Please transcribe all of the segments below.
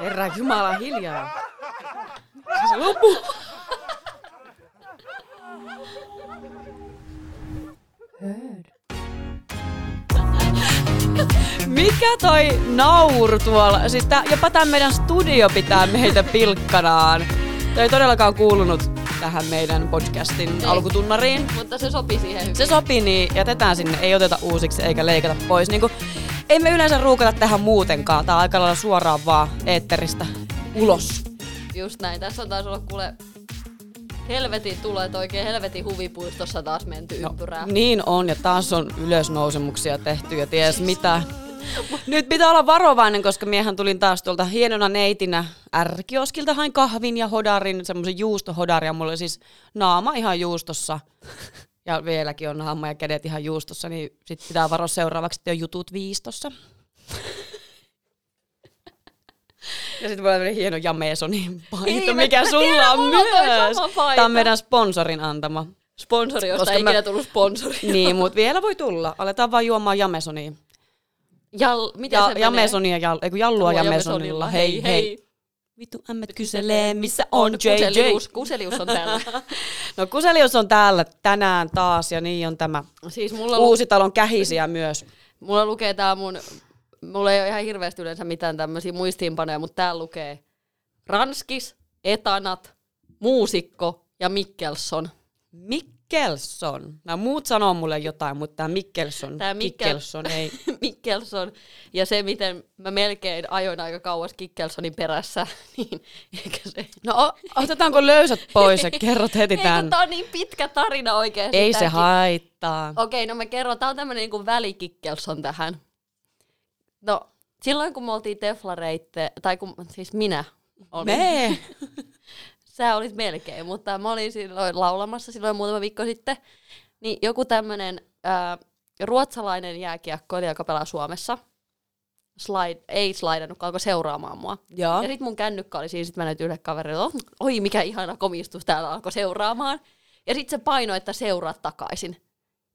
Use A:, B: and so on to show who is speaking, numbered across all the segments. A: Herra Jumala, hiljaa. Se lopu. Mikä toi nauru tuolla? Siis tää, jopa tää meidän studio pitää meitä pilkkanaan. Tämä ei todellakaan kuulunut tähän meidän podcastin
B: Ei.
A: alkutunnariin.
B: Mutta se sopii siihen hyvin.
A: Se sopii, niin jätetään sinne, ei oteta uusiksi eikä leikata pois. Niin kuin, ei me yleensä ruukata tähän muutenkaan. Tää on aika lailla suoraan vaan eetteristä ulos.
B: Just näin. Tässä on taas olla kuule helvetin tulet oikein helvetin huvipuistossa taas menty no, ympyrää.
A: niin on, ja taas on ylösnousemuksia tehty ja ties mitä. Nyt pitää olla varovainen, koska miehän tulin taas tuolta hienona neitinä ärkioskilta, hain kahvin ja hodarin, semmoisen juustohodarin, ja mulla oli siis naama ihan juustossa. Ja vieläkin on naama ja kädet ihan juustossa, niin sit pitää varoa seuraavaksi, että on jutut viistossa. Ja sitten voi olla tämmönen hieno Jamesonin paita,
B: Hei, Niin, mä-
A: mikä
B: mä
A: sulla
B: tiedän,
A: on
B: mulla on toi
A: myös.
B: sama paita.
A: Tämä on meidän sponsorin antama.
B: Sponsori, josta
A: Koska
B: ei
A: mä-
B: ikinä tullut sponsori.
A: Niin, mutta vielä voi tulla. Aletaan vaan juomaan jamesonia.
B: Jal, miten
A: Ja,
B: se menee?
A: jamesonia, ja, ei kun jallua
B: Jallua
A: jamesonilla. Hei, hei. Vitu ämmät kyselee, missä on JJ.
B: Kuselius, kuselius on täällä.
A: No Kuselius on täällä tänään taas ja niin on tämä
B: siis mulla, lu,
A: uusi talon kähisiä myös.
B: mulla lukee tää mun, mulla ei ole ihan hirveästi yleensä mitään tämmöisiä muistiinpanoja, mutta täällä lukee Ranskis, Etanat, Muusikko ja Mikkelson.
A: Mikkelson. Nämä muut sanoo mulle jotain, mutta tämä Mikkelson.
B: Tää Mikkel-
A: Mikkelson ei.
B: Mikkelson ja se, miten mä melkein ajoin aika kauas Kikkelsonin perässä, niin eikä se...
A: No o- otetaanko löysät pois ja kerrot heti
B: Ei, kun
A: tämän.
B: tää on niin pitkä tarina oikeesti.
A: Ei
B: tää
A: se
B: Kik-
A: haittaa.
B: Okei, no mä kerron. Tää on tämmönen niinku välikikkelson tähän. No, silloin kun me oltiin teflareitte, tai kun, siis minä olin.
A: Me.
B: Sä olit melkein, mutta mä olin silloin laulamassa silloin muutama viikko sitten. Niin joku tämmönen ää, ruotsalainen jääkiekkoilija, joka pelaa Suomessa, slide, ei slidannut, alkoi seuraamaan mua.
A: Joo.
B: Ja sit mun kännykkä oli siinä, sit mä näytin yhdelle kaverille, "Oh, oi mikä ihana komistus täällä alkoi seuraamaan. Ja sit se paino, että seuraa takaisin.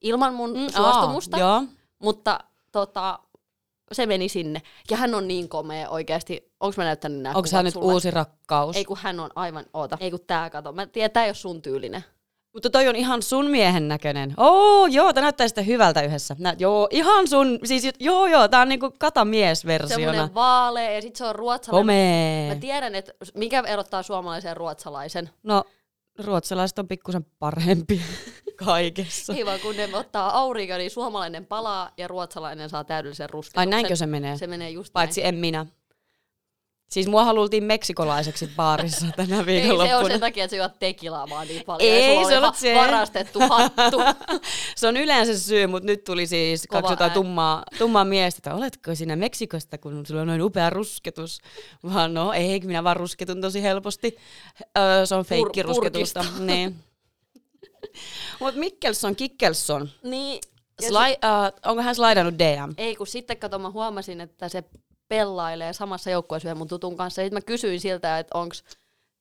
B: Ilman mun mm, suostumusta,
A: Aa, Joo.
B: mutta tota, se meni sinne. Ja hän on niin komea oikeasti. Onko mä näyttänyt nämä
A: Onko hän nyt
B: sulle?
A: uusi rakkaus?
B: Ei kun hän on aivan, oota. Ei kun tää kato. Mä tiedän, tää ei ole sun tyylinen.
A: Mutta toi on ihan sun miehen näköinen. Oo, joo, tää näyttää sitten hyvältä yhdessä. Nä, joo, ihan sun, siis joo, joo, tää on niinku katamiesversiona.
B: Semmoinen vaalea ja sit se on ruotsalainen. Mä
A: Komee.
B: tiedän, että mikä erottaa suomalaisen ja ruotsalaisen.
A: No, ruotsalaiset on pikkusen parempi kaikessa.
B: Ei vaan kun ne ottaa aurinko, niin suomalainen palaa ja ruotsalainen saa täydellisen
A: Ai
B: rusketuksen.
A: näinkö se menee?
B: Se menee just
A: Niin. Paitsi en minä. Siis mua halultiin meksikolaiseksi baarissa tänä
B: näin. Ei, se on
A: viikonloppuna.
B: sen takia, että sä juot tekilaa vaan niin paljon.
A: Ei,
B: ja sulla
A: se
B: oli
A: on
B: ha-
A: se.
B: varastettu hattu.
A: Se on yleensä syy, mutta nyt tuli siis
B: Kova
A: kaksi jotain
B: ääni.
A: tummaa, tummaa miestä, että oletko sinä Meksikosta, kun sulla on noin upea rusketus. Vaan no ei, minä vaan rusketun tosi helposti. Öö, se on feikki rusketusta. Niin. Mutta Mikkelson, Kikkelson,
B: niin, ja
A: Sli, öö, onko hän slaidannut DM?
B: Ei, kun sitten kato, mä huomasin, että se pellailee samassa joukkueessa yhden mun tutun kanssa. Sitten mä kysyin siltä, että onko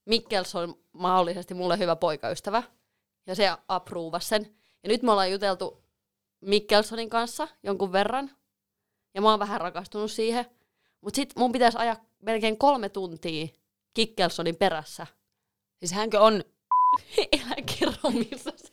B: Mikkelson mahdollisesti mulle hyvä poikaystävä. Ja se approuvasi sen. Ja nyt me ollaan juteltu Mikkelsonin kanssa jonkun verran. Ja mä oon vähän rakastunut siihen. Mutta sit mun pitäisi ajaa melkein kolme tuntia Kikkelsonin perässä.
A: Siis hänkö on
B: Elä kerro, missä se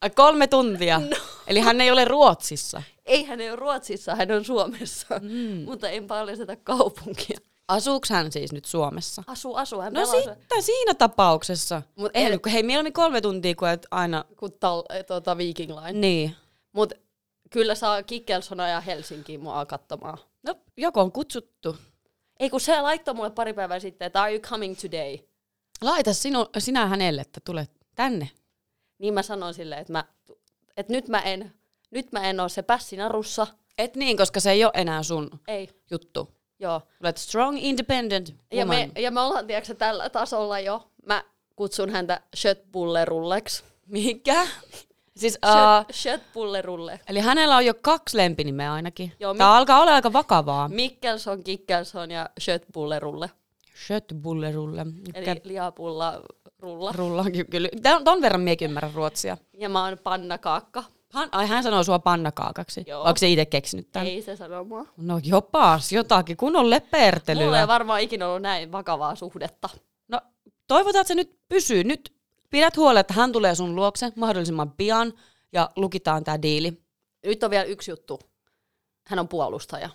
A: Ai, kolme tuntia? No. Eli hän ei ole Ruotsissa.
B: Ei hän ei ole Ruotsissa, hän on Suomessa. Mm. Mutta en paljasteta kaupunkia.
A: Asuuks hän siis nyt Suomessa?
B: Asu, asu, hän
A: No
B: pelaa se-
A: sitten siinä tapauksessa.
B: Mut
A: Mut
B: ei-
A: ei, hei, mieluummin kolme tuntia kuin et aina.
B: kuin tal- eh, tota Viking Line.
A: Niin.
B: Mut kyllä saa Kikkelsonoja ja Helsinkiin mua katsomaan.
A: No, joko on kutsuttu.
B: Ei kun se laittoi mulle pari päivää sitten, että are you coming today?
A: Laita sinu, sinä hänelle, että tule tänne.
B: Niin mä sanoin silleen, että, mä, että nyt mä en, nyt mä en oo se pässinarussa.
A: Et niin, koska se ei ole enää sun
B: Ei,
A: juttu.
B: joo.
A: Olet strong, independent woman.
B: Ja me, ja me ollaan, tiedätkö, tällä tasolla jo. Mä kutsun häntä Schöttbullerulleksi.
A: Mikä? Siis, uh,
B: Uh. Schöttbullerulle.
A: eli hänellä on jo kaksi lempinimeä ainakin.
B: Joo,
A: Joo,
B: mi-
A: Tämä alkaa olla aika vakavaa.
B: Mikkelson, Kikkelson ja Schöttbullerulle.
A: Schöttbullerulle.
B: Eli lihapulla rulla.
A: Rulla, ky- kyllä. Tän- Ton verran miekin ymmärrän ruotsia.
B: Ja mä oon pannakaakka.
A: Han, ai hän sanoo sua pannakaakaksi.
B: Joo.
A: Onko se itse keksinyt tämän?
B: Ei se sano mua.
A: No jopas, jotakin, kun on lepertelyä.
B: Mulla ei varmaan ikinä ollut näin vakavaa suhdetta.
A: No toivotaan, että se nyt pysyy. Nyt pidät huolen, että hän tulee sun luokse mahdollisimman pian ja lukitaan tämä diili.
B: Nyt on vielä yksi juttu. Hän on puolustaja.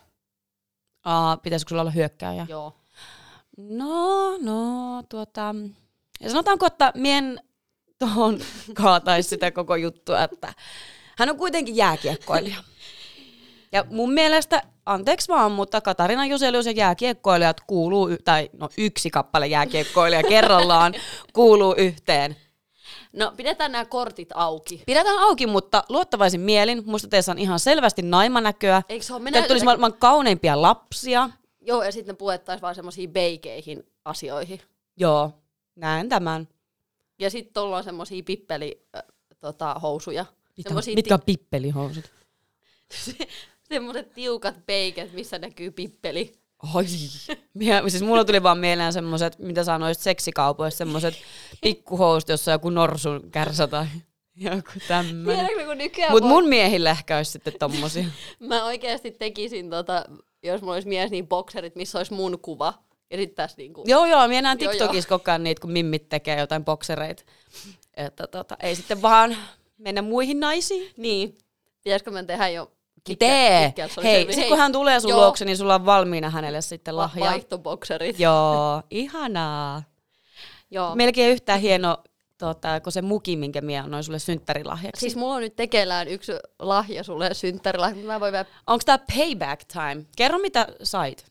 A: Aa, pitäisikö sulla olla hyökkääjä?
B: Joo.
A: No, no, tuota... Ja sanotaanko, että mien tuohon kaataisi sitä koko juttua, että hän on kuitenkin jääkiekkoilija. Ja mun mielestä, anteeksi vaan, mutta Katarina Joselius ja jääkiekkoilijat kuuluu, y- tai no yksi kappale jääkiekkoilija kerrallaan kuuluu yhteen.
B: No pidetään nämä kortit auki.
A: Pidetään auki, mutta luottavaisin mielin. Musta teissä on ihan selvästi naimanäköä.
B: Eikö se ole? Me
A: Teillä tulisi maailman kauneimpia lapsia.
B: Joo, ja sitten ne puettaisiin vaan semmoisiin beikeihin asioihin.
A: Joo, näen tämän.
B: Ja sitten tuolla on semmoisia pippeli äh, tota, housuja.
A: Mitä,
B: Semmosia
A: mitkä on pippelihousut?
B: Semmoiset tiukat peiket, missä näkyy pippeli.
A: Oi. Mie, siis mulla tuli vaan mieleen semmoset, mitä saa noista seksikaupoista, semmoset pikkuhousut, jossa on joku norsun kärsä tai joku tämmöinen.
B: Tiedätkö, kun nykyään
A: Mut
B: Mut
A: mun miehillä ehkä olisi sitten tommosia.
B: Mä oikeasti tekisin, tota, jos mulla olisi mies, niin bokserit, missä olisi mun kuva. Ja sitten tässä niinku...
A: joo joo, minä näen
B: Joo,
A: TikTokissa koko ajan niitä, kun mimmit tekee jotain boksereita. Että tota, ei sitten vaan mennä muihin naisiin.
B: Niin. Pitäisikö mä tehdä jo...
A: Tee! Hei, sit kun hän tulee sun
B: Joo.
A: luokse, niin sulla on valmiina hänelle sitten
B: lahja.
A: lahja.
B: Vaihtobokserit.
A: Joo, ihanaa.
B: Joo.
A: Melkein yhtä hieno tota, kuin se muki, minkä mie annoin sulle synttärilahjaksi.
B: Siis mulla on nyt tekeillään yksi lahja sulle synttärilahja, mutta mä voin vielä...
A: Onko tämä payback time? Kerro mitä sait.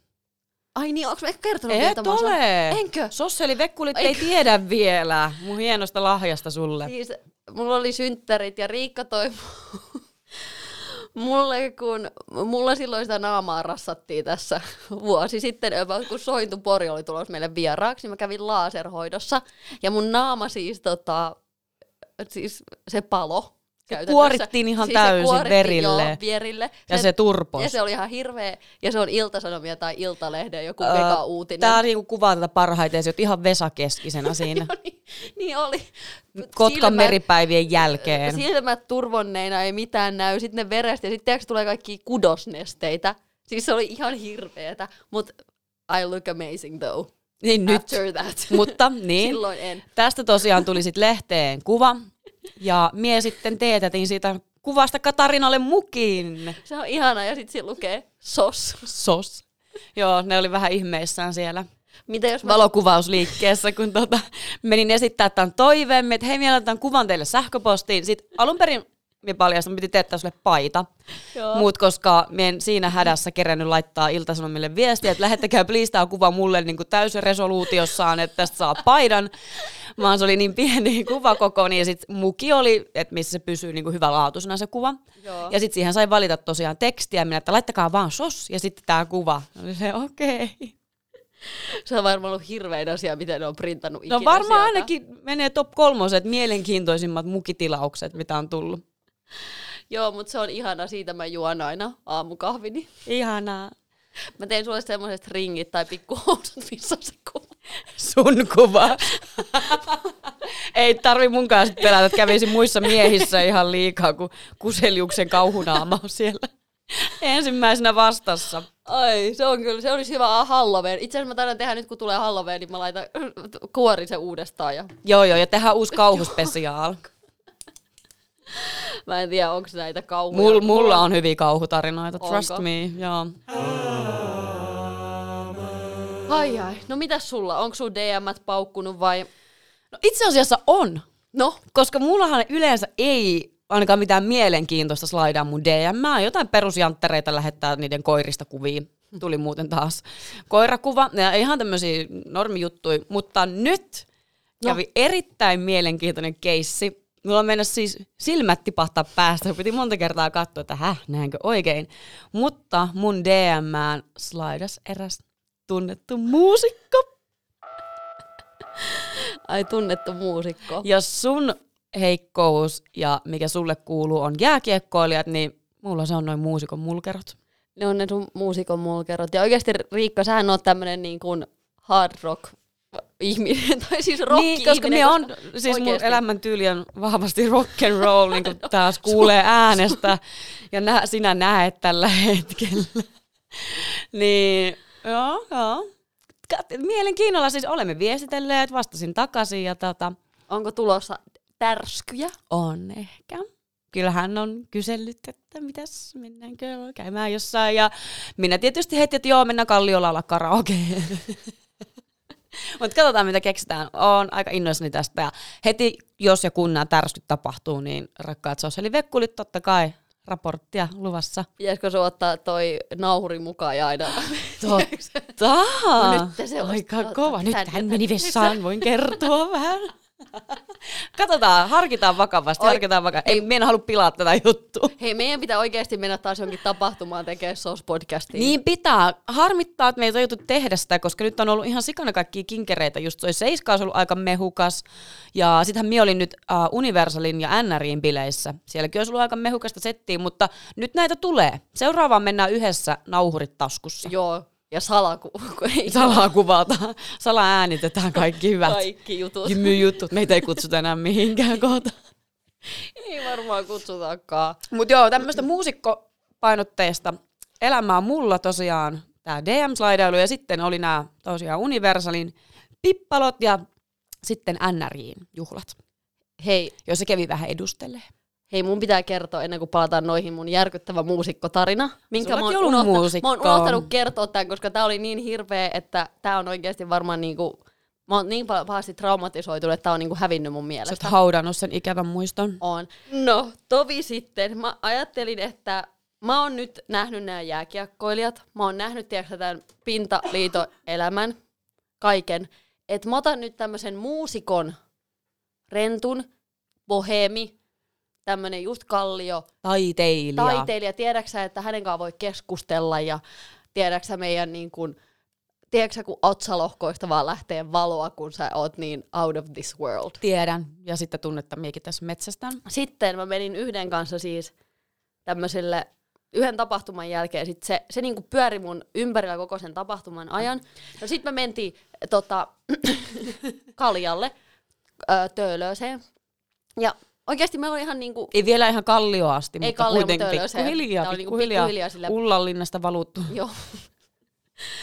B: Ai niin, onko mä ehkä kertonut vielä
A: Et
B: tämän osan?
A: ole.
B: Enkö?
A: Sosseli Vekkulit ei tiedä vielä mun hienosta lahjasta sulle.
B: Siis mulla oli synttärit ja Riikka toi mu- mulle, kun mulla silloin sitä naamaa rassattiin tässä vuosi sitten, about, kun Sointu Pori oli tulossa meille vieraaksi, niin mä kävin laaserhoidossa ja mun naama siis, tota, siis se palo. käytännössä. Siis
A: kuorittiin ihan täysin verille.
B: Joo, verille.
A: ja se turpos.
B: ja se oli ihan hirveä, ja se on iltasanomia tai iltalehden joku
A: Ö,
B: uh, uutinen.
A: Tää niinku kuvaa tätä parhaiten, ja sä oot ihan vesakeskisenä siinä.
B: niin, niin oli.
A: Kotkan
B: Silmät-
A: meripäivien jälkeen.
B: silmät turvonneina, ei mitään näy, sitten ne verestä ja sitten tiedätkö, tulee kaikki kudosnesteitä. Siis se oli ihan hirveetä, mutta I look amazing though.
A: Niin nyt.
B: After that.
A: Mutta niin.
B: Silloin en.
A: Tästä tosiaan tuli sitten lehteen kuva, ja mie sitten teetätin siitä kuvasta Katarinalle mukin.
B: Se on ihanaa ja sitten siinä lukee sos.
A: Sos. Joo, ne oli vähän ihmeissään siellä
B: Mitä jos mä...
A: valokuvausliikkeessä, kun tota, menin esittää tämän toiveemme, että hei, mielellään kuvan teille sähköpostiin. Sitten alun perin me paljastan, piti teettää sulle paita.
B: Joo.
A: Mut koska me en siinä hädässä kerännyt laittaa iltasanomille viestiä, että lähettäkää please tää kuva mulle niin täysresoluutiossaan, että tästä saa paidan. Vaan se oli niin pieni kuvakoko, niin sitten muki oli, että missä se pysyy niin hyvälaatuisena se kuva.
B: Joo.
A: Ja sitten siihen sai valita tosiaan tekstiä, minä, että laittakaa vaan sos ja sitten tämä kuva. Oli se okei. Okay.
B: Se on varmaan ollut hirvein asia, miten ne on printannut ikinä
A: No varmaan
B: sieltä.
A: ainakin menee top kolmoset mielenkiintoisimmat mukitilaukset, mitä on tullut.
B: Joo, mutta se on ihana, siitä mä juon aina aamukahvini.
A: Ihanaa.
B: Mä tein sulle semmoiset ringit tai pikkuhousut, missä on se kuva.
A: Sun kuva. Ei tarvi munkaan sit pelätä, että kävisin muissa miehissä ihan liikaa, kun Kuseliuksen kauhunaama on siellä ensimmäisenä vastassa.
B: Ai, se on kyllä, se olisi hyvä Ah, Halloween. Itse asiassa mä taidan tehdä nyt, kun tulee Halloween, niin mä laitan kuorin sen uudestaan. Ja
A: Joo joo, ja tehdään uusi kauhuspesiaal.
B: mä en tiedä, onko näitä kauhuja.
A: Mul, mulla on hyviä kauhutarinoita, trust
B: Onko?
A: me. Joo.
B: Ai ai, no mitäs sulla? Onko sun DMt paukkunut vai?
A: No itse asiassa on.
B: No,
A: Koska mullahan yleensä ei ainakaan mitään mielenkiintoista slaidaa mun DM. Mä jotain perusjanttereita lähettää niiden koirista kuvia. Tuli muuten taas koirakuva. Ja ihan tämmöisiä normijuttuja. Mutta nyt
B: No.
A: kävi erittäin mielenkiintoinen keissi. Mulla mennä siis silmät tipahtaa päästä. Piti monta kertaa katsoa, että häh, näinkö oikein. Mutta mun DMään slaidas eräs tunnettu muusikko.
B: ai tunnettu muusikko.
A: Jos sun heikkous ja mikä sulle kuuluu on jääkiekkoilijat, niin mulla se on noin muusikon mulkerot.
B: Ne on ne sun muusikon mulkerot. Ja oikeasti Riikka, sähän oot tämmönen niin kuin hard rock ihminen, tai siis rock
A: niin, koska me on, siis mun
B: oikeesti.
A: elämäntyyli on vahvasti rock and roll, niin kuin taas kuulee äänestä ja nä, sinä näet tällä hetkellä. niin, joo, joo. Kat- Mielenkiinnolla siis olemme viestitelleet, vastasin takaisin ja tota,
B: Onko tulossa tärskyjä?
A: on ehkä. Kyllähän on kysellyt, että mitäs, mennäänkö käymään jossain. Ja minä tietysti heti, että joo, mennään Kalliolla olla karaoke. Mutta katsotaan, mitä keksitään. Olen aika innoissani tästä. Ja heti, jos ja kun nämä tärskyt tapahtuu, niin rakkaat sosiaalivekkulit, totta kai raporttia luvassa.
B: Pitäisikö se ottaa toi nauhuri mukaan ja aina?
A: Totta!
B: No nyt te se
A: Aika
B: olisitte
A: kova. Nyt
B: ottanut
A: hän
B: tänne.
A: meni vessaan, voin kertoa vähän. Katsotaan, harkitaan vakavasti,
B: Oi,
A: harkitaan vakavasti. Ei, me en halua pilaa tätä juttua.
B: Hei, meidän pitää oikeasti mennä taas jonkin tapahtumaan tekemään SOS-podcastiin.
A: Niin pitää. Harmittaa, että me ei tajuttu tehdä sitä, koska nyt on ollut ihan sikana kaikkia kinkereitä. Just toi Seiska olisi ollut aika mehukas. Ja sittenhän minä olin nyt äh, Universalin ja NRin bileissä. Sielläkin olisi ollut aika mehukasta settiä, mutta nyt näitä tulee. Seuraavaan mennään yhdessä nauhurit taskussa.
B: Joo, ja salaku. kun ei
A: Salaa kuvataan, salaa äänitetään kaikki hyvät
B: kaikki jutut.
A: jymyjutut. Meitä ei kutsuta enää mihinkään kohta.
B: Ei varmaan kutsutakaan.
A: Mutta joo, tämmöistä muusikkopainotteista elämää mulla tosiaan tämä DM-slaidailu ja sitten oli nämä tosiaan Universalin pippalot ja sitten NRJin juhlat,
B: Hei,
A: joissa kävi vähän edustelee.
B: hei, mun pitää kertoa ennen kuin palataan noihin mun järkyttävä muusikkotarina. Minkä
A: Sulla
B: mä oon,
A: on joulun
B: unohtanut,
A: muusikko.
B: mä oon unohtanut kertoa tämän, koska tää oli niin hirveä, että tää on oikeasti varmaan niinku... Mä oon niin pa- pahasti traumatisoitunut, että tää on niinku hävinnyt mun
A: Sä
B: mielestä.
A: oot haudannut sen ikävän muiston.
B: On. No, tovi sitten. Mä ajattelin, että mä oon nyt nähnyt nämä jääkiekkoilijat. Mä oon nähnyt, tiedätkö, tämän pintaliiton elämän, kaiken. Et mä otan nyt tämmöisen muusikon, rentun, bohemi, tämmönen just kallio,
A: Taiteilija.
B: taiteilija. Tiedäksä, että hänen kanssaan voi keskustella ja tiedäksä meidän niin kuin, tiedäksä, kun otsalohkoista vaan lähtee valoa, kun sä oot niin out of this world
A: Tiedän. Ja sitten tunnetta miekin tässä metsästän.
B: sitten mä menin yhden kanssa siis tämmöiselle yhden tapahtuman jälkeen. Sit se, se niinku pyöri mun ympärillä koko sen tapahtuman ajan. No sit me mentiin tota, Kaljalle, ö, Töölöseen. Ja oikeasti meillä oli ihan niinku,
A: Ei vielä ihan kallioa asti,
B: Ei
A: mutta
B: Kallio,
A: kuitenkin
B: mutta Töölöseen.
A: pikkuhiljaa,
B: Tää oli niinku
A: pikkuhiljaa,
B: pikkuhiljaa sillä-
A: Ullanlinnasta valuttu.
B: joo.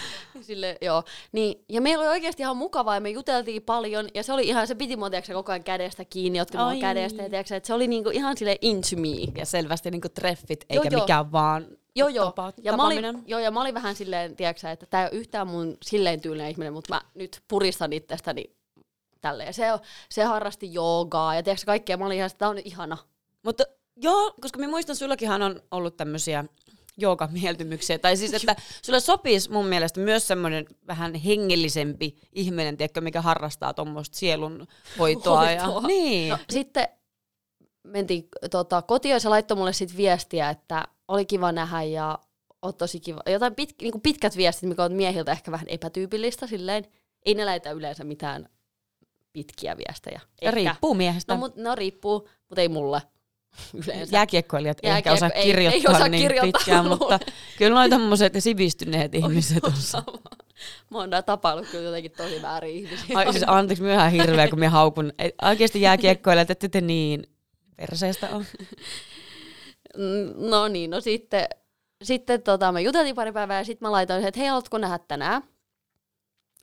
B: Sille, joo. Niin, ja meillä oli oikeasti ihan mukavaa ja me juteltiin paljon ja se oli ihan, se piti mua tiiäksä, koko ajan kädestä kiinni, otti mua
A: Ai.
B: kädestä ja tiiäksä, että se oli niinku ihan sille into me.
A: Ja selvästi niinku treffit,
B: Joo,
A: eikä
B: joo.
A: mikään vaan
B: Joo, joo.
A: tapa-
B: ja, mä olin,
A: tapaaminen.
B: joo, ja mä olin vähän silleen, tiedätkö, että tämä ei ole yhtään mun silleen tyylinen ihminen, mutta mä nyt puristan itsestäni tälleen. Se, se harrasti joogaa ja tiedätkö, kaikkea. Mä olin ihan, tämä on ihana.
A: Mutta joo, koska mä muistan, sullakinhan on ollut tämmöisiä joogamieltymyksiä. Tai siis, että sulle sopisi mun mielestä myös semmoinen vähän hengellisempi ihminen, tiedätkö, mikä harrastaa tuommoista sielun hoitoa. Ja,
B: Hoitoa.
A: niin.
B: No, sitten mentiin tota, kotiin ja se laittoi mulle sit viestiä, että oli kiva nähdä ja oot tosi kiva. Jotain pit, niin pitkät viestit, mikä on miehiltä ehkä vähän epätyypillistä silleen. Ei ne lähetä yleensä mitään pitkiä viestejä.
A: Ja riippuu miehestä.
B: No,
A: No,
B: mut, no riippuu, mutta ei mulle yleensä.
A: Jääkiekkoilijat ei ehkä
B: Jääkiekko-
A: osaa
B: ei- ei
A: kirjoittaa
B: osaa
A: niin
B: kirjoittaa,
A: pitkään,
B: luulen.
A: mutta kyllä noin tämmöiset ne sivistyneet ihmiset on.
B: Sama. Mä oon nää tapaillut kyllä jotenkin tosi väärin ihmisiä.
A: Ai, siis anteeksi, mä oon ihan hirveä, kun mä haukun. Ei, Oikeasti jääkiekkoilijat, että te niin perseestä on.
B: Mm, No niin, no sitten, sitten tota, me juteltiin pari päivää ja sitten mä laitoin, että hei, haluatko nähdä tänään?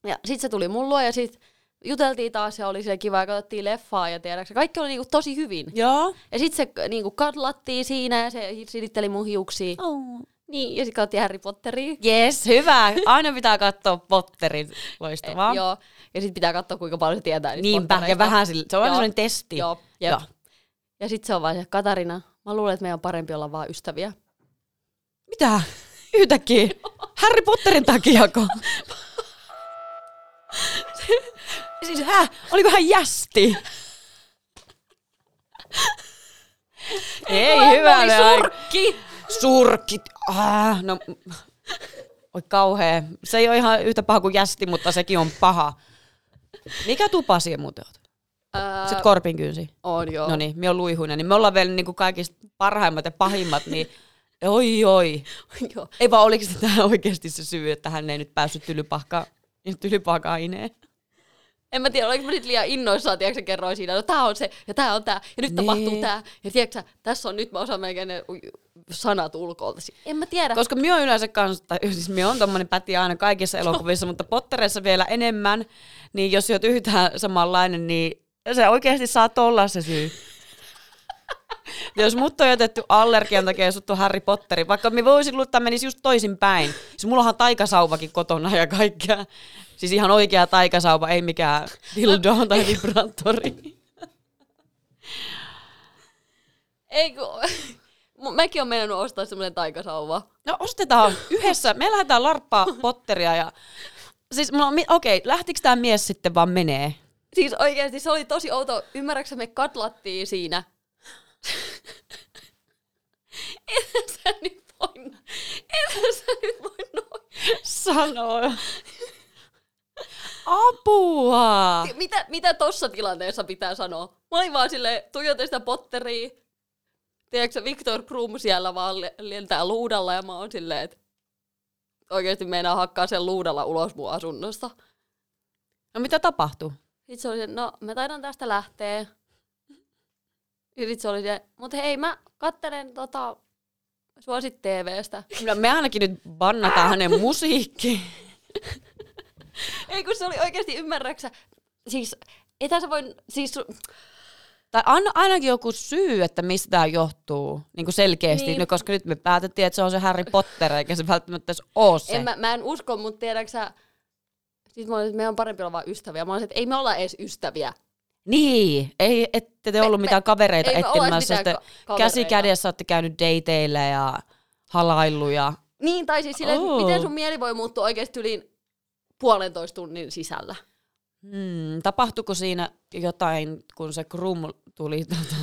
B: Ja sitten se tuli mun luo ja sitten juteltiin taas ja oli siellä kiva ja katsottiin leffaa ja tiedäksä, kaikki oli niinku tosi hyvin.
A: Joo.
B: Ja sitten se niinku kadlattiin siinä ja se silitteli mun hiuksia.
A: Oh.
B: Niin, ja sitten katsottiin Harry Potteria.
A: Yes, hyvä. Aina pitää katsoa Potterin. Loistavaa.
B: Eh, Joo. Ja sitten pitää katsoa, kuinka paljon se tietää. niistä
A: Niinpä, ja
B: pottereista.
A: vähän sille, se on aina
B: Joo.
A: sellainen testi.
B: Joo, jep. Ja sitten se on vaan se, Katarina, mä luulen, että meidän on parempi olla vaan ystäviä.
A: Mitä? Yhtäkkiä? Harry Potterin takiako? siis hä? Oliko hän jästi? Ei,
B: Hän
A: hyvä.
B: oli surkki!
A: Surkit. Ah, no, oi kauhea. Se ei ole ihan yhtä paha kuin jästi, mutta sekin on paha. Mikä tupa siihen muuten oot?
B: Ää,
A: Sitten korpin kynsi.
B: on joo.
A: No niin, me on luihuina, niin me ollaan vielä niinku kaikista parhaimmat ja pahimmat, niin oi oi.
B: joo.
A: Ei vaan oliko tämä oikeasti se syy, että hän ei nyt päässyt tylypahka, tylypahka aineen.
B: En mä tiedä, oliko mä nyt liian innoissaan, tiedätkö sä, kerroin siinä, no tää on se, ja tää on tää, ja nyt
A: Niin.
B: tapahtuu tää, ja tiedätkö sä, tässä on nyt, mä osaan melkein ne u- sanat ulkoilta. Si- En mä tiedä.
A: Koska minä yleensä kanssa, tai siis minä on tommonen päti aina kaikissa elokuvissa, mutta Potterissa vielä enemmän, niin jos olet yhtään samanlainen, niin se oikeasti saat olla se syy. jos mut on jätetty allergian takia ja sut on Harry Potteri, vaikka me voisin luulla, että menisi just toisinpäin. Siis mulla on taikasauvakin kotona ja kaikkea. Siis ihan oikea taikasauva, ei mikään dildo tai vibraattori.
B: Ei kun... Mun- Mäkin on mennyt ostaa semmoinen taikasauva.
A: No ostetaan yhdessä. Me lähdetään larppaa potteria ja... Siis mulla on, mi- okei, lähtikö tämä mies sitten vaan menee?
B: Siis oikeasti se oli tosi outo. Ymmärräksä me katlattiin siinä? Eihän sä nyt voi... Eihän sä nyt voi noin.
A: Sanoo. Apua!
B: Mitä, mitä tossa tilanteessa pitää sanoa? Mä olin vaan silleen, tuijotin sitä potteria. Tiedätkö, Victor Krum siellä vaan le- lentää luudalla ja mä oon silleen, että oikeasti meinaa hakkaa sen luudalla ulos mun asunnosta.
A: No mitä tapahtuu?
B: Sit se oli se, no mä taidan tästä lähteä. Ja sit se oli se, mut hei mä kattelen tota, suosit TVstä.
A: No me ainakin nyt bannataan hänen musiikki.
B: Ei kun se oli oikeesti ymmärräksä, siis etä sä voi, siis su-
A: Tai anna ainakin joku syy, että mistä tämä johtuu niin kuin selkeästi,
B: Niin.
A: niin. no, koska nyt me päätettiin, että se on se Harry Potter, eikä se välttämättä edes ole se.
B: en mä, mä en usko, mut tiedäksä, siis mä olin, että meidän on parempi olla vaan ystäviä. Mä olin, että ei me olla edes ystäviä.
A: Niin, ei, ette te ollut
B: me-
A: mitään kavereita
B: ei me olla edes
A: etsimässä,
B: mitään
A: sitten
B: ka-
A: käsi
B: kavereita.
A: kädessä olette käynyt dateilla ja halaillu ja
B: Niin, tai siis silleen, että
A: Oo.
B: miten sun mieli voi muuttua oikeesti yli puolentoista tunnin sisällä.
A: hmm, tapahtuiko siinä jotain, kun se krum tuli tota,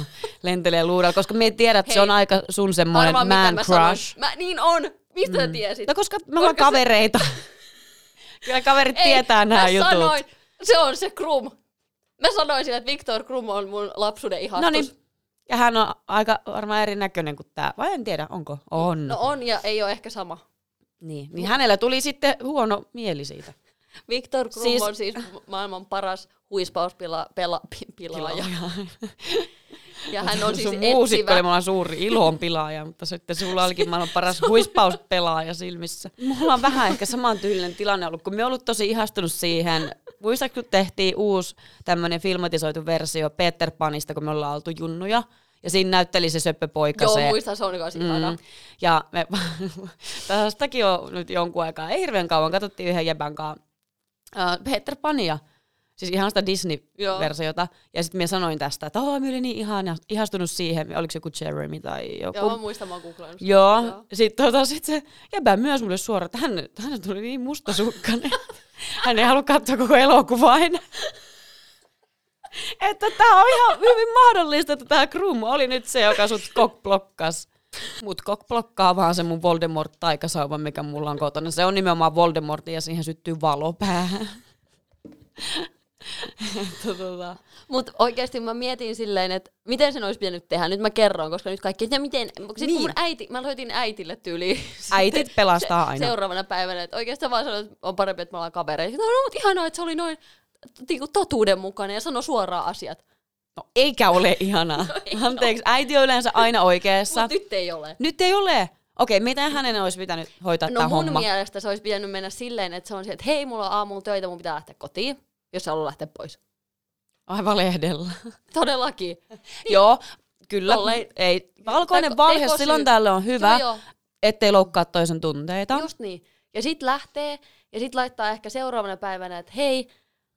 A: lentelee luudalla, koska me tiedät, että se
B: Hei.
A: on aika sun semmoinen
B: Arvaa, mitä
A: man
B: mä sanon.
A: crush.
B: Mä, niin on. Mistä mm. sä tiesit?
A: No koska me ollaan
B: Koska se-
A: kavereita. Kyllä kaverit tietää
B: mä
A: nämä jutut.
B: Sanoin, se on se Krum. Mä sanoin sille, että Viktor Krum on mun lapsuuden ihastus.
A: No niin, ja hän on aika varmaan erinäköinen kuin tämä, vai en tiedä, onko? On.
B: No on ja ei ole ehkä sama.
A: Niin, niin hänellä tuli sitten huono mieli siitä.
B: Viktor Krum
A: Siis-
B: on siis ma- maailman paras huispauspila, pela, pi- pilaaja. Ja hän on siis
A: Sun muusikko oli
B: etsivä.
A: mulla suuri ilonpilaaja, mutta sitten sulla olikin maailman paras huispauspelaaja silmissä. Siis- Mulla on vähän ehkä samantyylinen tilanne ollut, kun me ollut tosi ihastunut siihen. Muistatko, kun tehtiin uusi tämmöinen filmatisoitu versio Peter Panista, kun me ollaan oltu junnuja? Ja siinä näytteli se söppöpoika
B: Joo,
A: se.
B: muistan, se on myös ihana.
A: Mm. Ja me tästäkin on nyt jonkun aikaa, ei hirveän kauan, katsottiin yhden jäbän kanssa äh, Peter Pania, siis ihan sitä
B: Joo.
A: Disney-versiota. Ja sitten minä sanoin tästä, että oh, minä olin niin ihana, ihastunut siihen, oliko se joku Jeremy tai joku.
B: Joo, mä muistan, mä oon googlannut.
A: Joo.
B: Joo.
A: Sitten tota, sit se jäbä myös mulle suoraan, että hän, hän tuli niin mustasukkainen. hän ei halua katsoa koko elokuvaa enää. että tämä on ihan hyvin mahdollista, että tämä Krum oli nyt se, joka sut kokblokkas. Mut kokblokkaa vaan se mun Voldemort-taikasauva, mikä mulla on kotona. Se on nimenomaan Voldemort ja siihen syttyy valo päähän. Että tota,
B: Mutta oikeasti mä mietin silleen, että miten sen olisi pitänyt tehdä. Nyt mä kerron, koska nyt kaikki, että miten, sitten kun
A: Niin.
B: mun äiti, mä soitin äitille tyyliin.
A: Äitit pelastaa aina.
B: Seuraavana päivänä, että oikeastaan vaan sanoin, että on parempi, että me ollaan kavereita. No, no mutta ihanaa, että se oli noin niinku totuudenmukainen ja sanoi suoraan asiat.
A: no eikä ole ihanaa. Anteeksi, äiti on yleensä aina oikeassa.
B: Mutta nyt ei ole.
A: Nyt ei ole. Okei, miten hänen olisi pitänyt hoitaa
B: No
A: tämä
B: mun
A: homma?
B: mielestä se olisi pitänyt mennä silleen, että se on se, että hei, mulla on aamulla töitä, mun pitää lähteä kotiin, jos sä haluat lähteä pois.
A: Aivan lehdellä.
B: Todellakin.
A: joo, kyllä.
B: Tolleen-
A: Ei. Valkoinen
B: Teko-
A: valhe
B: tekosyy.
A: silloin tällöin on hyvä,
B: Joo, joo.
A: ettei loukkaa toisen tunteita.
B: Just niin. Ja sit lähtee, ja sit laittaa ehkä seuraavana päivänä, että hei,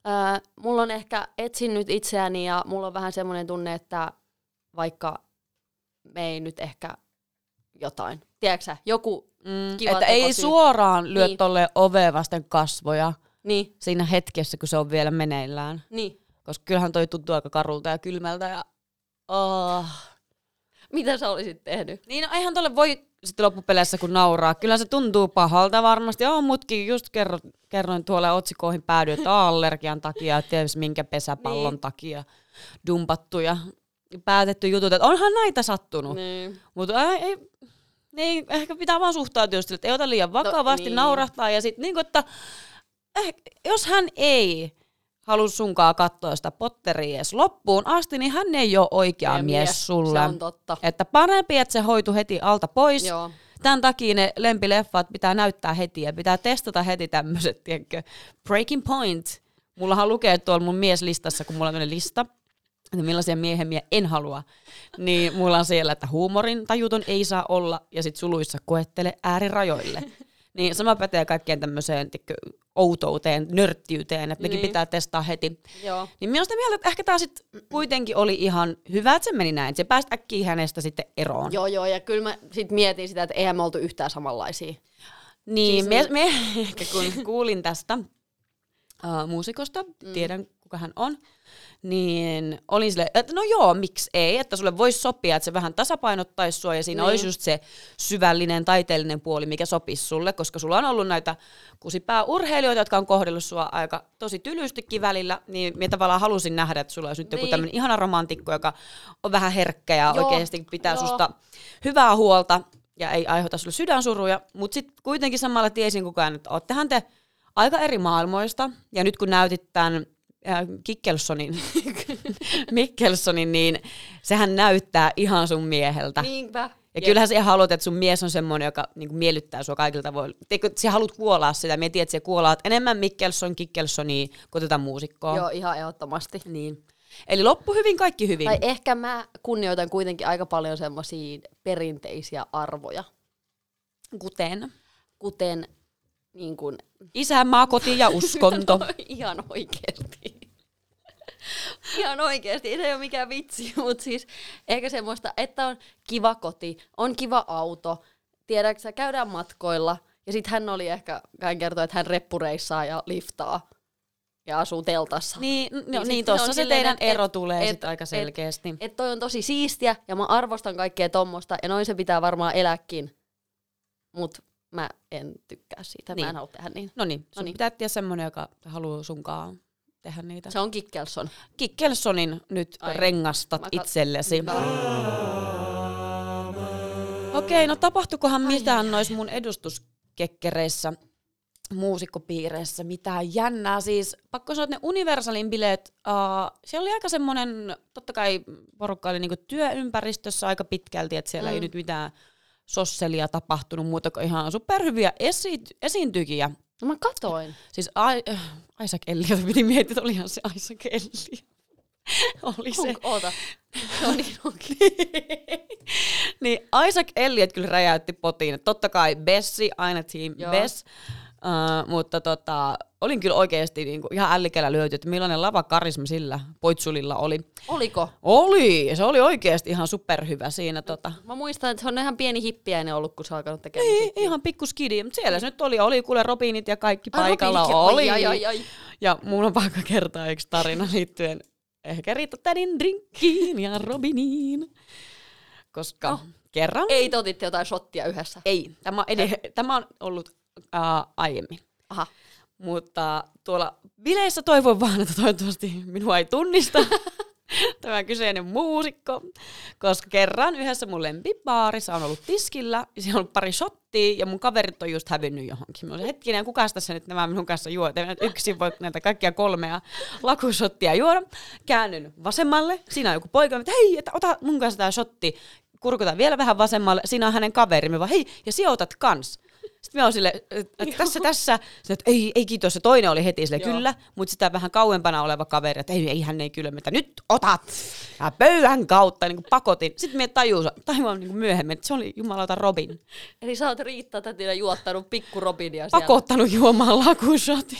B: ää, mulla on ehkä etsin nyt itseäni, ja mulla on vähän semmoinen tunne, että vaikka me ei nyt ehkä jotain. Tiedätkö sä, joku,
A: Mm,
B: Kiva
A: että ei
B: tekosyy.
A: suoraan lyö
B: Niin.
A: niin. tolle oveen vasten kasvoja
B: niin,
A: siinä hetkessä, kun se on vielä meneillään.
B: niin.
A: Koska kyllähän toi tuntuu aika karulta ja kylmältä. Ja... Oh.
B: Mitä sä olisit tehnyt?
A: Niin no, eihän tolle voi sitten loppupeleissä kun nauraa. Kyllä se tuntuu pahalta varmasti. Joo, mutkin just kerro, kerroin tuolla otsikoihin päädyin, että aa, allergian takia, että ties minkä pesäpallon
B: Niin.
A: niin. takia dumpattu ja päätetty jutut. Että onhan näitä sattunut. Niin.
B: Niin.
A: Mutta ei, ei, niin, ehkä pitää vaan suhtautua just, sille, että ei ota liian vakavasti, no,
B: niin.
A: niin. naurahtaa ja sitten niin että eh, jos hän ei halus sunkaa katsoa sitä potteria edes loppuun asti, niin hän ei ole oikea
B: Ja
A: mies, mies sulle.
B: Se on totta.
A: Että parempi, että se hoitu heti alta pois. Joo.
B: Joo.
A: Tämän takia ne lempileffat pitää näyttää heti ja pitää testata heti tämmöiset, tiedätkö, breaking point. Mullahan lukee tuolla mun mieslistassa, kun mulla on tämmöinen lista, että millaisia miehemiä en halua. Niin mulla on siellä, että huumorin tajuton ei saa olla ja sit suluissa koettele äärirajoille. Niin sama pätee kaikkeen tämmöiseen tiedätkö, outouteen, nörttiyteen, että nekin
B: Niin.
A: pitää testaa heti.
B: Joo.
A: Niin minä olen sitä mieltä, että ehkä tämä sitten kuitenkin oli ihan hyvä, että se meni näin. Se pääsi äkkiä hänestä sitten eroon.
B: Joo, joo, ja kyllä mä sit mietin sitä, että eihän me oltu yhtään samanlaisia.
A: Niin,
B: Siis
A: siis me, me ehkä kun kuulin tästä uh, muusikosta, mm. tiedän kuka hän on, niin olin silleen, että no joo, miksi ei, että sulle voisi sopia, että se vähän tasapainottaisi sua ja siinä
B: Niin.
A: niin. olisi just se syvällinen, taiteellinen puoli, mikä sopisi sulle, koska sulla on ollut näitä kusipääurheilijoita, jotka on kohdellut sua aika tosi tylystikin välillä, niin minä tavallaan halusin nähdä, että sulla olisi nyt joku
B: Niin.
A: tämmöinen ihana romantikko, joka on vähän herkkä ja
B: Joo,
A: oikeasti pitää
B: joo.
A: susta hyvää huolta ja ei aiheuta sulle sydänsuruja, mutta sitten kuitenkin samalla tiesin kukaan, että oottehan te aika eri maailmoista. Ja nyt kun näytit tämän äh, Kikkelsonin, Mikkelsonin, niin sehän näyttää ihan sun mieheltä. Niin.
B: Niinpä.
A: Ja kyllähän sä haluat, että sun mies on semmoinen, joka niinku miellyttää sua kaikilla tavoilla. Teikö, sä haluat kuolaa sitä, mietit, että sä kuolaat enemmän Mikkelson, Kikkelsonia kuin tätä muusikkoa.
B: Joo, ihan ehdottomasti.
A: Niin. Eli loppu hyvin, kaikki hyvin.
B: Tai ehkä mä kunnioitan kuitenkin aika paljon semmoisia perinteisiä arvoja,
A: Kuten
B: kuten niin kuin,
A: isänmaa, koti ja uskonto.
B: ihan oikeasti. ihan oikeasti, se ei ole mikään vitsi, mutta siis ehkä semmoista, että on kiva koti, on kiva auto, tiedätkö sä, käydään matkoilla. Ja sitten hän oli ehkä, hän kertoi, että hän reppureissaa ja liftaa ja asuu teltassa.
A: Niin, no,
B: sit
A: niin
B: ne on
A: tuossa se
B: silleen,
A: teidän
B: että et-
A: ero tulee
B: et-
A: sitten aika
B: et-
A: selkeästi.
B: Että toi on tosi siistiä ja mä arvostan kaikkea tommosta ja noin se pitää varmaan elääkin. Mut mä en tykkää siitä, niin. mä
A: Niin.
B: en halua tehdä niin.
A: No niin, sun
B: Noniin.
A: pitää etsiä semmonen, joka haluaa sunkaan tehdä niitä.
B: Se on Kikkelson.
A: Kikkelsonin nyt
B: Ai,
A: rengastat
B: mä kat-
A: itsellesi. Okei, no tapahtukohan mitään noissa mun edustuskekkereissä, muusikkopiireissä, mitään jännää. Siis pakko sanoa, että ne Universalin bileet, uh, siellä oli aika semmoinen, totta kai porukka oli niinku työympäristössä aika pitkälti, että siellä mm. ei
B: Mm.
A: nyt mitään sosselia tapahtunut muuta kuin ihan superhyviä esi- esiintyjiä.
B: No mä katoin.
A: Siis Ai- äh, Isaac Elliot piti miettiä, että olihan se Isaac Elliot. Oli se.
B: Onko, oota. No niin, onkin.
A: niin Isaac Elliot kyllä räjäytti potiin. Et Totta kai Bessi, aina team
B: Joo.
A: Joo. Bess. Uh, mutta tota, olin kyllä oikeasti niinku ihan ällikällä lyöty, että millainen lavakarisma sillä poitsulilla oli.
B: Oliko?
A: Oli, se oli oikeasti ihan superhyvä siinä. Tota.
B: Mä muistan, että se on ihan pieni hippiäinen ollut, kun se on alkanut tekemään.
A: Ei, ihan pikkuskidi, mutta siellä se nyt oli, oli kuule Robinit ja kaikki
B: Ai,
A: paikalla.
B: Robinit,
A: oli.
B: Ai, ai, ai.
A: Ja mun on pakko kertoa yksi tarina liittyen ehkä Riitta Tädin drinkkiin ja Robiniin. Koska
B: No.
A: no. kerran...
B: ei te otitte jotain shottia yhdessä.
A: ei. Tämä, on ed- tämä on ollut äh, aiemmin.
B: Aha.
A: Mutta tuolla bileissä toivon vaan, että toivottavasti minua ei tunnista tämä kyseinen muusikko. Koska kerran yhdessä mun lempibaarissa on ollut tiskillä, ja siellä on ollut pari shottia, ja mun kaverit on just hävinnyt johonkin. Mä olin, hetkinen, kuka tässä nyt nämä minun kanssa juo? Että yksin voi näitä kaikkia kolmea lakushottia juoda. Käännyn vasemmalle, siinä on joku poika, että hei, että ota mun kanssa tämä shotti. Kurkutan vielä vähän vasemmalle, siinä on hänen kaverimme, vaan hei, ja sijoitat kans. Sitten mä oon sille, että tässä, tässä. Sitten, että ei, ei kiitos, se toinen oli heti sille,
B: Joo.
A: kyllä. Mutta sitä vähän kauempana oleva kaveri, että ei, ei hän ei kyllä, mitä nyt otat. Ja pöydän kautta niin pakotin. Sitten me tajuan, tajuan niin myöhemmin, että se oli jumalauta Robin.
B: Eli sä oot Riitta tätinä juottanut pikku Robinia siellä.
A: Pakottanut juomaan lakushotin.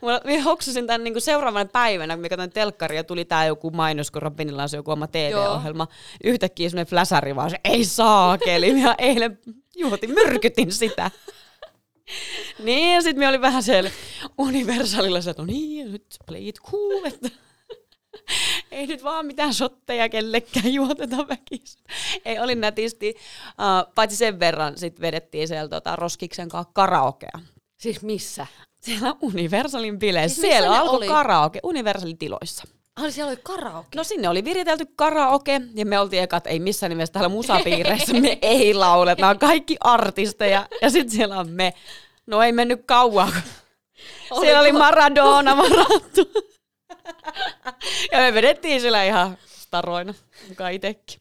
A: Mulla, minä hoksasin tämän niin seuraavana päivänä, kun me katsoin telkkaria, tuli tämä joku mainos, kun Robinilla on se joku oma TV-ohjelma. Yhtäkkiä semmoinen fläsäri vaan, se ei saakeli. Minä eilen juotin, myrkytin sitä. Niin, ja sitten me oli vähän siellä universalilla, se, että no niin, nyt play it cool, että ei nyt vaan mitään shotteja kellekään juoteta väkisin. Ei, oli nätisti. Uh, paitsi sen verran sitten vedettiin siellä tota, Roskiksen kanssa karaokea.
B: Siis missä?
A: Siellä Universalin bileissä.
B: Siis
A: Siis
B: missä ne
A: siellä alkoi
B: oli?
A: karaoke Universalin tiloissa.
B: Ai siellä oli karaoke.
A: No sinne oli viritelty karaoke ja me oltiin eka, että ei missään nimessä täällä musapiireissä me ei lauleta. Nämä on kaikki artisteja ja sitten siellä on me. No ei mennyt kauan. kun- Siellä oli Maradona varattu. Ja me vedettiin sillä ihan staroina, mukaan itsekin.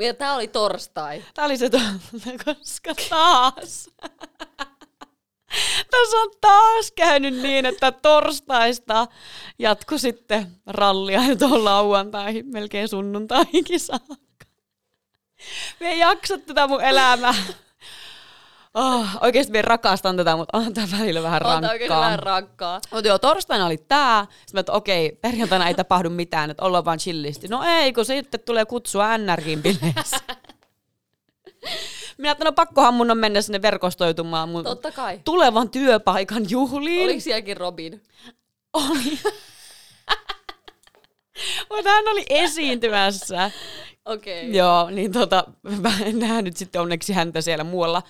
B: Ja tää oli torstai.
A: Tää oli se tuolta, koska taas. Tässä on taas käynyt niin, että torstaista jatku sitten rallia ja tuon lauantaihin, melkein sunnuntaihinkin saakka. Me ei jaksa tätä mun elämää. Oh, oikeasti me rakastan tätä, mutta on tää välillä vähän
B: On tää oikeesti
A: rankkaa.
B: vähän rankkaa.
A: Mutta joo, torstaina oli tää. Sitten mä, että okei, perjantaina ei tapahdu mitään, että ollaan vaan chillisti. No ei, kun sitten tulee kutsua NRkin bileissä. Minä että no pakkohan mun on mennä sinne verkostoitumaan mun
B: Totta kai.
A: tulevan työpaikan juhliin.
B: Oliko sielläkin Robin?
A: Oli. Mutta hän oli esiintymässä.
B: Okei. Okay.
A: Joo, niin tota, mä en nähnyt sitten onneksi häntä siellä muualla.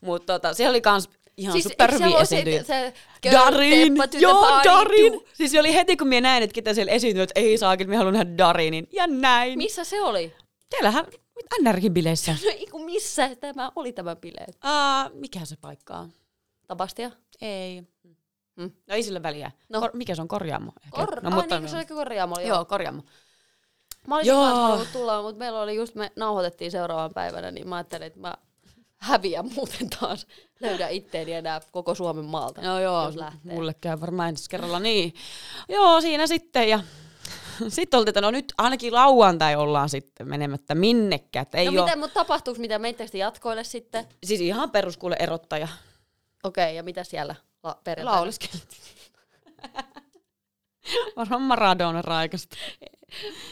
A: Mutta tota, se oli kans ihan siis, superhyviä
B: se,
A: Darin! Joo, Darin! Siis se oli heti, kun minä näin, että ketä siellä esiintyy, että ei saakin, minä haluan nähdä Darinin. Ja näin. Mi-
B: Missä se oli?
A: Teillähän NRkin bileissä.
B: No ei kun missä tämä oli tämä bileet?
A: Uh, mikä se paikka on?
B: Tabastia?
A: Ei.
B: Mm.
A: No ei sillä väliä. No.
B: No.
A: Kor- mikä se on? Korjaamo. ehkä.
B: Kor-
A: no,
B: no, mutta... Ai, niin, kun se oli korjaamo. Joo.
A: Joo, korjaamo.
B: Mä olisin
A: Joo.
B: kanssa halunnut tulla, mutta meillä oli just, me nauhoitettiin seuraavan päivänä, niin mä ajattelin, että mä häviän muuten taas. Löydän itteeni enää koko Suomen maalta.
A: No joo,
B: Jos lähtee.
A: mulle käy varmaan ensi kerralla niin. Joo, siinä sitten ja sitten oltiin, että no nyt ainakin lauantai ollaan sitten menemättä minnekään. Että ei
B: no
A: oo-
B: mitä, mutta tapahtuuko mitä? Meittekö te jatkoille sitten?
A: Siis ihan peruskuule erottaja.
B: Okei, ja mitä siellä la- perjantaina?
A: Lauleskeltiin. Varmaan Maradona raikasta.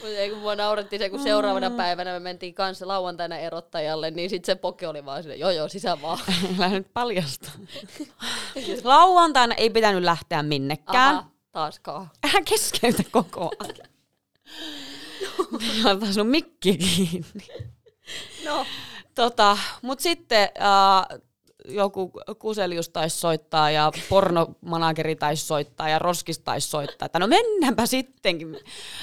B: Mut Ei kun mua naurettiin se, kun seuraavana päivänä me mentiin kanssa lauantaina erottajalle, niin sit se poki oli vaan sinne, joo joo, sisään vaan.
A: Älä nyt paljasta. Lauantaina ei pitänyt lähteä minnekään.
B: Aha, taaskaan.
A: Älä keskeytä koko ajan. Mä otan sun mikki kiinni.
B: No,
A: Tota, mut sitten äh, joku kuselius taisi soittaa ja pornomanageri taisi soittaa ja roskis taisi soittaa. Että no mennäänpä sittenkin.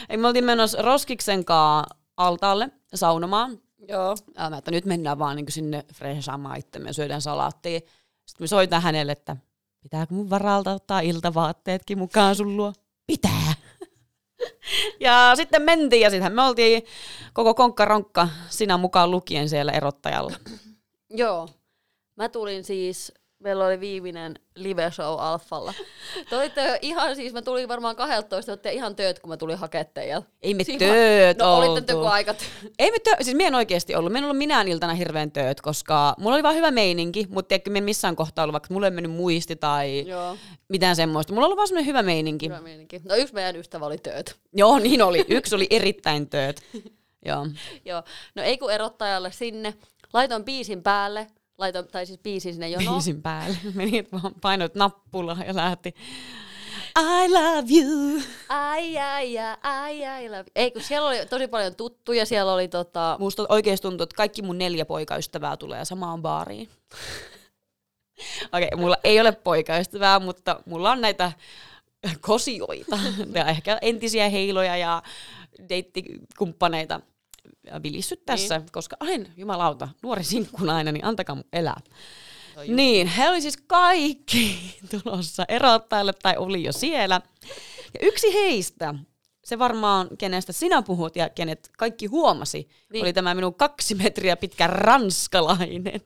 A: Ei, me oltiin menossa roskiksen kaa altaalle saunomaan.
B: joo.
A: Ja mä, että nyt mennään vaan niin sinne freshaamaan itsemme ja syödään salaattia. Sitten mä soitan hänelle, että pitääkö mun varalta ottaa iltavaatteetkin mukaan sun luo? Pitää! Ja sitten mentiin ja sittenhän me oltiin koko konkkaronkka sinä mukaan lukien siellä erottajalla.
B: Joo. Mä tulin siis, meillä oli viimeinen live show Alfalla. Te olitte jo ihan siis, mä tulin varmaan 12, te olitte ihan tööt, kun mä tulin hakemaan teidät.
A: Ei me
B: Siinä-
A: tööt
B: No olitte
A: oltu.
B: te joku aika tö-
A: Ei me tö- siis mä en oikeasti ollut. Mä en ollut minään iltana hirveän tööt, koska mulla oli vaan hyvä meininki, mutta tiedätkö, mä en missään kohtaa ollut, vaikka mulla ei mennyt muisti tai
B: Joo,
A: mitään semmoista. Mulla oli vaan semmoinen hyvä meininki.
B: hyvä meininki. No yksi meidän ystävä oli tööt.
A: Joo, niin oli. Yksi oli erittäin tööt. Joo.
B: Joo, no ei kun erottajalle sinne. Laitoin biisin päälle, laitoin, tai siis biisin sinne jonoon.
A: Biisin päälle. Menit vaan painoit nappulaa ja lähti. I love you.
B: Ai, ai, ai, ai, ai, love. Ei, kun siellä oli tosi paljon tuttuja, siellä oli tota...
A: Musta oikeesti tuntuu, että kaikki mun neljä poikaystävää tulee samaan baariin. Okei, okay, mulla ei ole poikaystävää, mutta mulla on näitä kosioita. Ja ehkä entisiä heiloja ja deittikumppaneita vilissyt tässä, niin. koska aina, jumalauta, nuori sinkku nainen, niin antakaa mun elää.
B: Toi
A: Niin, he oli siis kaikki tulossa erottajalle tai oli jo siellä. Ja yksi heistä, se varmaan kenestä sinä puhut ja kenet kaikki huomasi,
B: Niin.
A: niin. oli tämä minun kaksi metriä pitkä ranskalainen.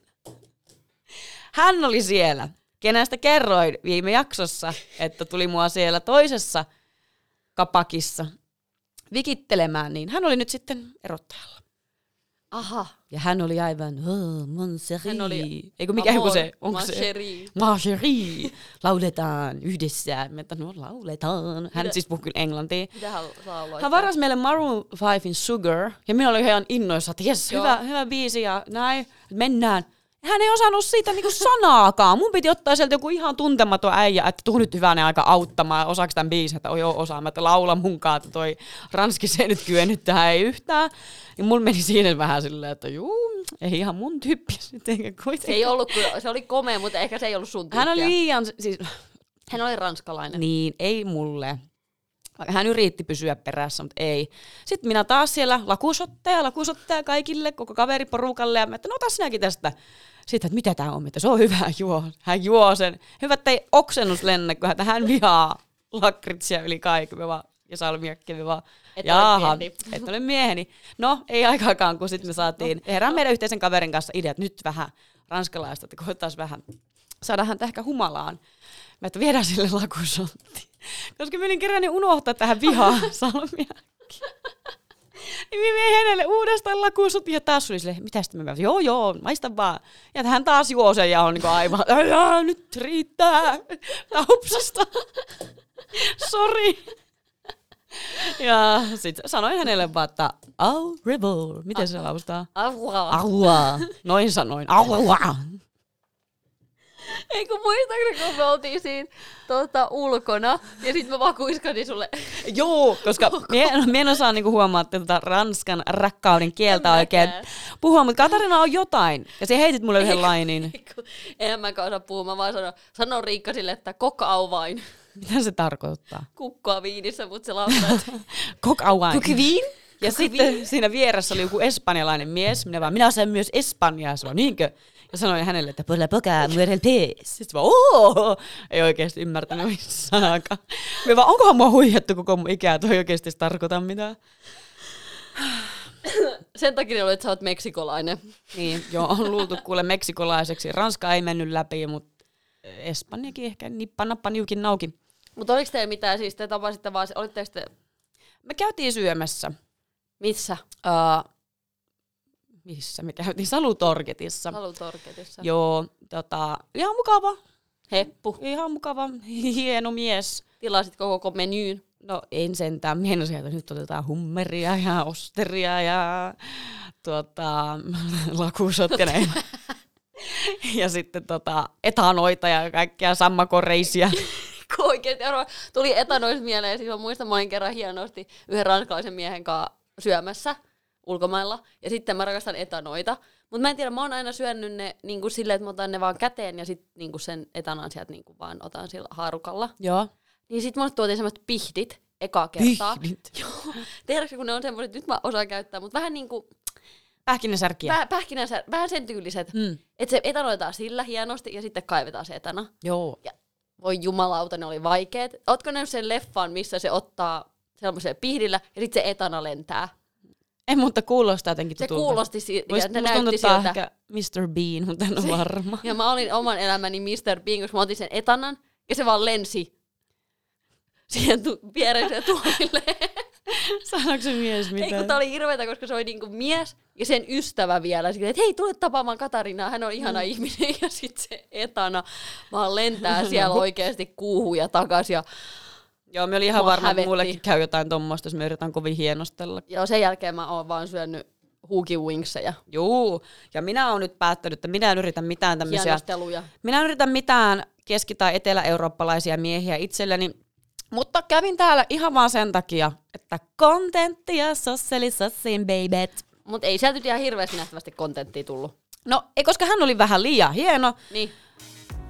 A: Hän oli siellä, kenestä kerroin viime jaksossa, että tuli mua siellä toisessa kapakissa vikittelemään, niin hän oli nyt sitten erottajalla.
B: Aha.
A: Ja hän oli aivan, oh, mon chéri.
B: Hän oli
A: Eikö mikä joku se, onko
B: Amor, ma
A: se?
B: chérie.
A: Ma chérie. Lauletaan yhdessä. Mä että no lauletaan. Hän siis puhuu kyllä englantia.
B: Mitä hän lauloi?
A: Hän varasi meille Maroon 5in Sugar, ja minä olin ihan innoissa, että jes,
B: Joo.
A: hyvä, hyvä biisi ja näin, että mennään. Hän ei osannut siitä niinku sanaakaan. Mun piti ottaa sieltä joku ihan tuntematon äijä, että tuu nyt hyvänä aika auttamaan, osaako tämän biisin, että joo, osaan, mä että laula munkaan, että toi ranski se ei nyt kyennyt tähän ei yhtään. Niin mulla meni siinä vähän silleen, että juu, ei ihan mun tyyppi sitten eikä
B: Se
A: kuitenkaan.
B: ei ollut, kyllä- se oli komea, mutta ehkä se ei ollut sun
A: Hän oli
B: tyyppiä.
A: liian, siis
B: hän oli ranskalainen.
A: niin, ei mulle. Hän yritti pysyä perässä, mutta ei. Sitten minä taas siellä lakusotteja, lakusotteja kaikille, koko kaveriporukalle. Ja mä, että no ota sinäkin tästä. Sitten, että mitä tämä on, että se on hyvä, juo. Hän juo sen. Hyvä, että ei oksennus lennä, kun hän- hän vihaa lakritsia yli kaiken, me vaan, ja salmiakki, me vaan,
B: Et ole
A: jaaha,
B: mieheni.
A: et ole mieheni. No, ei aikaakaan, kun sitten me saatiin herran meidän yhteisen kaverin kanssa ideat, nyt vähän ranskalaista, että koettaisiin vähän saada häntä ehkä humalaan. Mä että viedään sille lakusotti. Koska mä olin kerännyt unohtaa tähän vihaan salmiakki. Niin mä vein hänelle uudestaan lakusotti ja taas oli silleen, mitä sitten mä pääsin? Joo, joo, maista vaan. Ja hän taas juo sen ja on niinku aivan, "Älä, nyt riittää. Tää hupsasta. Sori. Ja sitten sanoin hänelle vaan, että au rebel. Miten se laustaa?
B: Apua.
A: Aua. Noin sanoin. Aua.
B: Ei kun muistatko, kun me oltiin siinä tota, ulkona ja sitten mä vaan kuiskasin sulle.
A: Joo, koska mie en, mie en osaa niinku huomaa tätä ranskan rakkauden kieltä
B: En
A: oikein
B: mäkään.
A: puhua, mutta Katarina on jotain. Ja se heitit mulle yhden lainin.
B: Ei kun- Eihän mäkään osaa puhua, mä vaan sanon, sanon Riikka sille, että kokau vain.
A: Mitä se tarkoittaa?
B: Kukkoa viinissä, mutta se laulaa, että
A: Kokauain.
B: viin?
A: Ja sitten siinä vieressä oli joku espanjalainen mies. Minä vaan, minä osaan myös espanjaa. Se vaan, niinkö? Ja sanoin hänelle, että pola poca, muerel pes. Sitten se vaan, ooo! Ei oikeasti ymmärtänyt mitään sanaakaan. Me vaan, onkohan mua huijattu koko mun ikää, toi oikeasti tarkoita mitään.
B: Sen takia oli, että sä oot meksikolainen.
A: Niin, joo, on luultu kuule meksikolaiseksi. Ranska ei mennyt läpi, mutta Espanjakin ehkä nippa nappa niukin nauki.
B: Mutta oliko teillä mitään, siis te tapasitte vaan, olitteko te,
A: Me käytiin syömässä.
B: missä?
A: Uh, missä me käytiin? Salutorgetissa.
B: Halutorketissa.
A: Joo, tota, ihan mukava,
B: Heppu.
A: ihan mukava, hieno mies.
B: Tilasit koko koko menyyn.
A: No en sentään, minä sieltä nyt otetaan hummeria ja osteria ja tuota, lakusot ja näin. ja sitten tota, etanoita ja kaikkia sammakoreisia.
B: Kun Oikeesti arvaa, tuli etanoista mieleen, siis mä muistan, mä olin kerran hienosti yhden ranskalaisen miehen kanssa syömässä ulkomailla, ja sitten mä rakastan etanoita. Mutta mä en tiedä, mä oon aina syönyt ne niin kuin silleen, että mä otan ne vaan käteen ja sitten niin kuin sen etanan sieltä niin kuin vaan otan sillä haarukalla.
A: Joo.
B: Niin sitten mulle tuotiin semmoiset pihdit ekaa kertaa.
A: Pihdit?
B: Joo. Tiedätkö, kun ne on semmoiset, nyt mä osaan käyttää, mutta vähän niin kuin
A: Pähkinäsärkiä.
B: pä, pähkinänsä, vähän sen tyyliset.
A: Mm.
B: Että se etanoitaan sillä hienosti ja sitten kaivetaan se etana.
A: Joo.
B: Voi jumalauta, ne oli vaikeet. Ootko nähnyt sen leffan, missä se ottaa sellaisella pihdillä ja sitten se etana lentää?
A: En, mutta kuulostaa jotenkin
B: Se
A: tutulta.
B: kuulosti si- ja
A: Musta
B: se
A: musta tuntuu,
B: näytti
A: että tää on
B: siltä.
A: ehkä Mr. Bean, mutta en ole varma.
B: Ja mä olin oman elämäni Mr. Bean, koska mä otin sen etanan ja se vaan lensi siihen tu- viereiseen tuolille.
A: Sanoiko se mies
B: Ei kun
A: mitään?
B: tää oli hirveetä, koska se oli niinku mies ja sen ystävä vielä. Sitten, että hei, tule tapaamaan Katarinaa, hän on ihana ihminen. Ja sitten se etana vaan lentää siellä oikeasti kuuhuja takas. Ja,
A: Joo, me oli ihan
B: Mua
A: varma, että
B: hävetti.
A: mullekin käy jotain tuommoista, jos me yritän kovin hienostella.
B: ja sen jälkeen mä oon vaan syönyt huuki wingsejä,
A: Niin Juu, ja minä olen nyt päättänyt, että minä en yritä mitään tämmöisiä...
B: hienosteluja.
A: Minä en yritä mitään keski- tai etelä-eurooppalaisia miehiä itselleni, mutta kävin täällä ihan vaan sen takia, että kontenttia sosseli sossin babet.
B: Mutta ei sieltä nyt ihan hirveästi nähtävästi kontenttia tullut.
A: No, ei, koska hän oli vähän liian hieno,
B: Niin.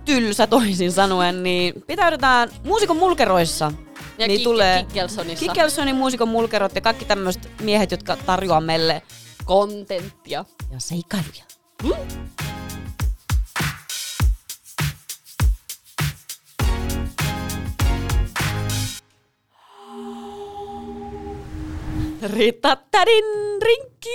A: tylsä toisin sanoen, niin pitäydytään muusikon mulkeroissa.
B: Ja
A: niin
B: Kik-
A: tulee
B: Kikkelsonissa.
A: Kikkelsonin muusikon mulkerot ja kaikki tämmöiset miehet, jotka tarjoaa meille
B: Kontenttia.
A: ja seikkailuja. Riitta tädin rinkki!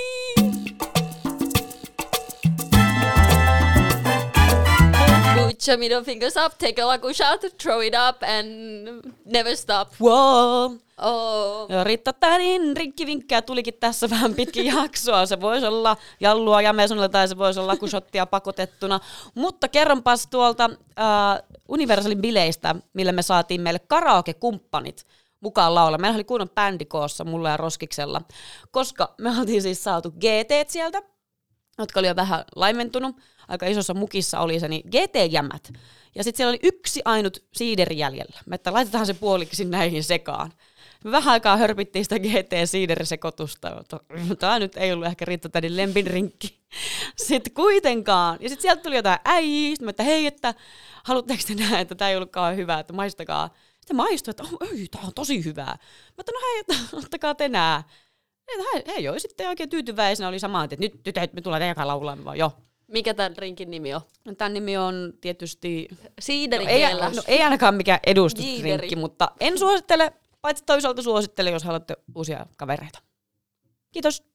B: Put your middle fingers up, take a look, shout, throw it up and never stop.
A: Wow.
B: Oh.
A: Joo, Riitta Tärin rinkkivinkkejä tulikin tässä vähän pitkin jaksoa. Se voisi olla jallua jamesunilla tai se voisi olla lakusottia pakotettuna. Mutta kerronpas tuolta äh, Universalin bileistä, millä me saatiin meille karaoke-kumppanit mukaan laulaa. Meillä oli kunnon bändi koossa mulla ja Roskiksella, koska me oltiin siis saatu GT sieltä, jotka oli jo vähän laimentunut. Aika isossa mukissa oli se, niin GT-jämät. Ja sitten siellä oli yksi ainut siideri jäljellä. Mä että laitetaan se puoliksi näihin sekaan. Me vähän aikaa hörpittiin sitä GT-siiderisekotusta, mutta tämä nyt ei ollut ehkä Riitta Tädin lempinrinkki. Sitten kuitenkaan. Ja sitten sieltä tuli jotain äijää, sitten mä, että hei, että haluatteko te nähdä, että tämä ei ollutkaan hyvä, että maistakaa. Sitten maistui, että oh, ei, tämä on tosi hyvää. Mä että no hei, että ottakaa te nää. Ei, Hän, hän jo sitten oikein tyytyväisenä oli samaan, että nyt tytöt, me tullaan teidän kanssa laulaa. Mä vaan, joo.
B: Mikä tämän drinkin nimi on?
A: No, Tämän nimi on tietysti...
B: Siideri
A: Ei, no, ei ainakaan mikään edustusdrinkki,
B: Jiideri.
A: mutta en suosittele, paitsi toisaalta suosittele, jos haluatte uusia kavereita. Kiitos.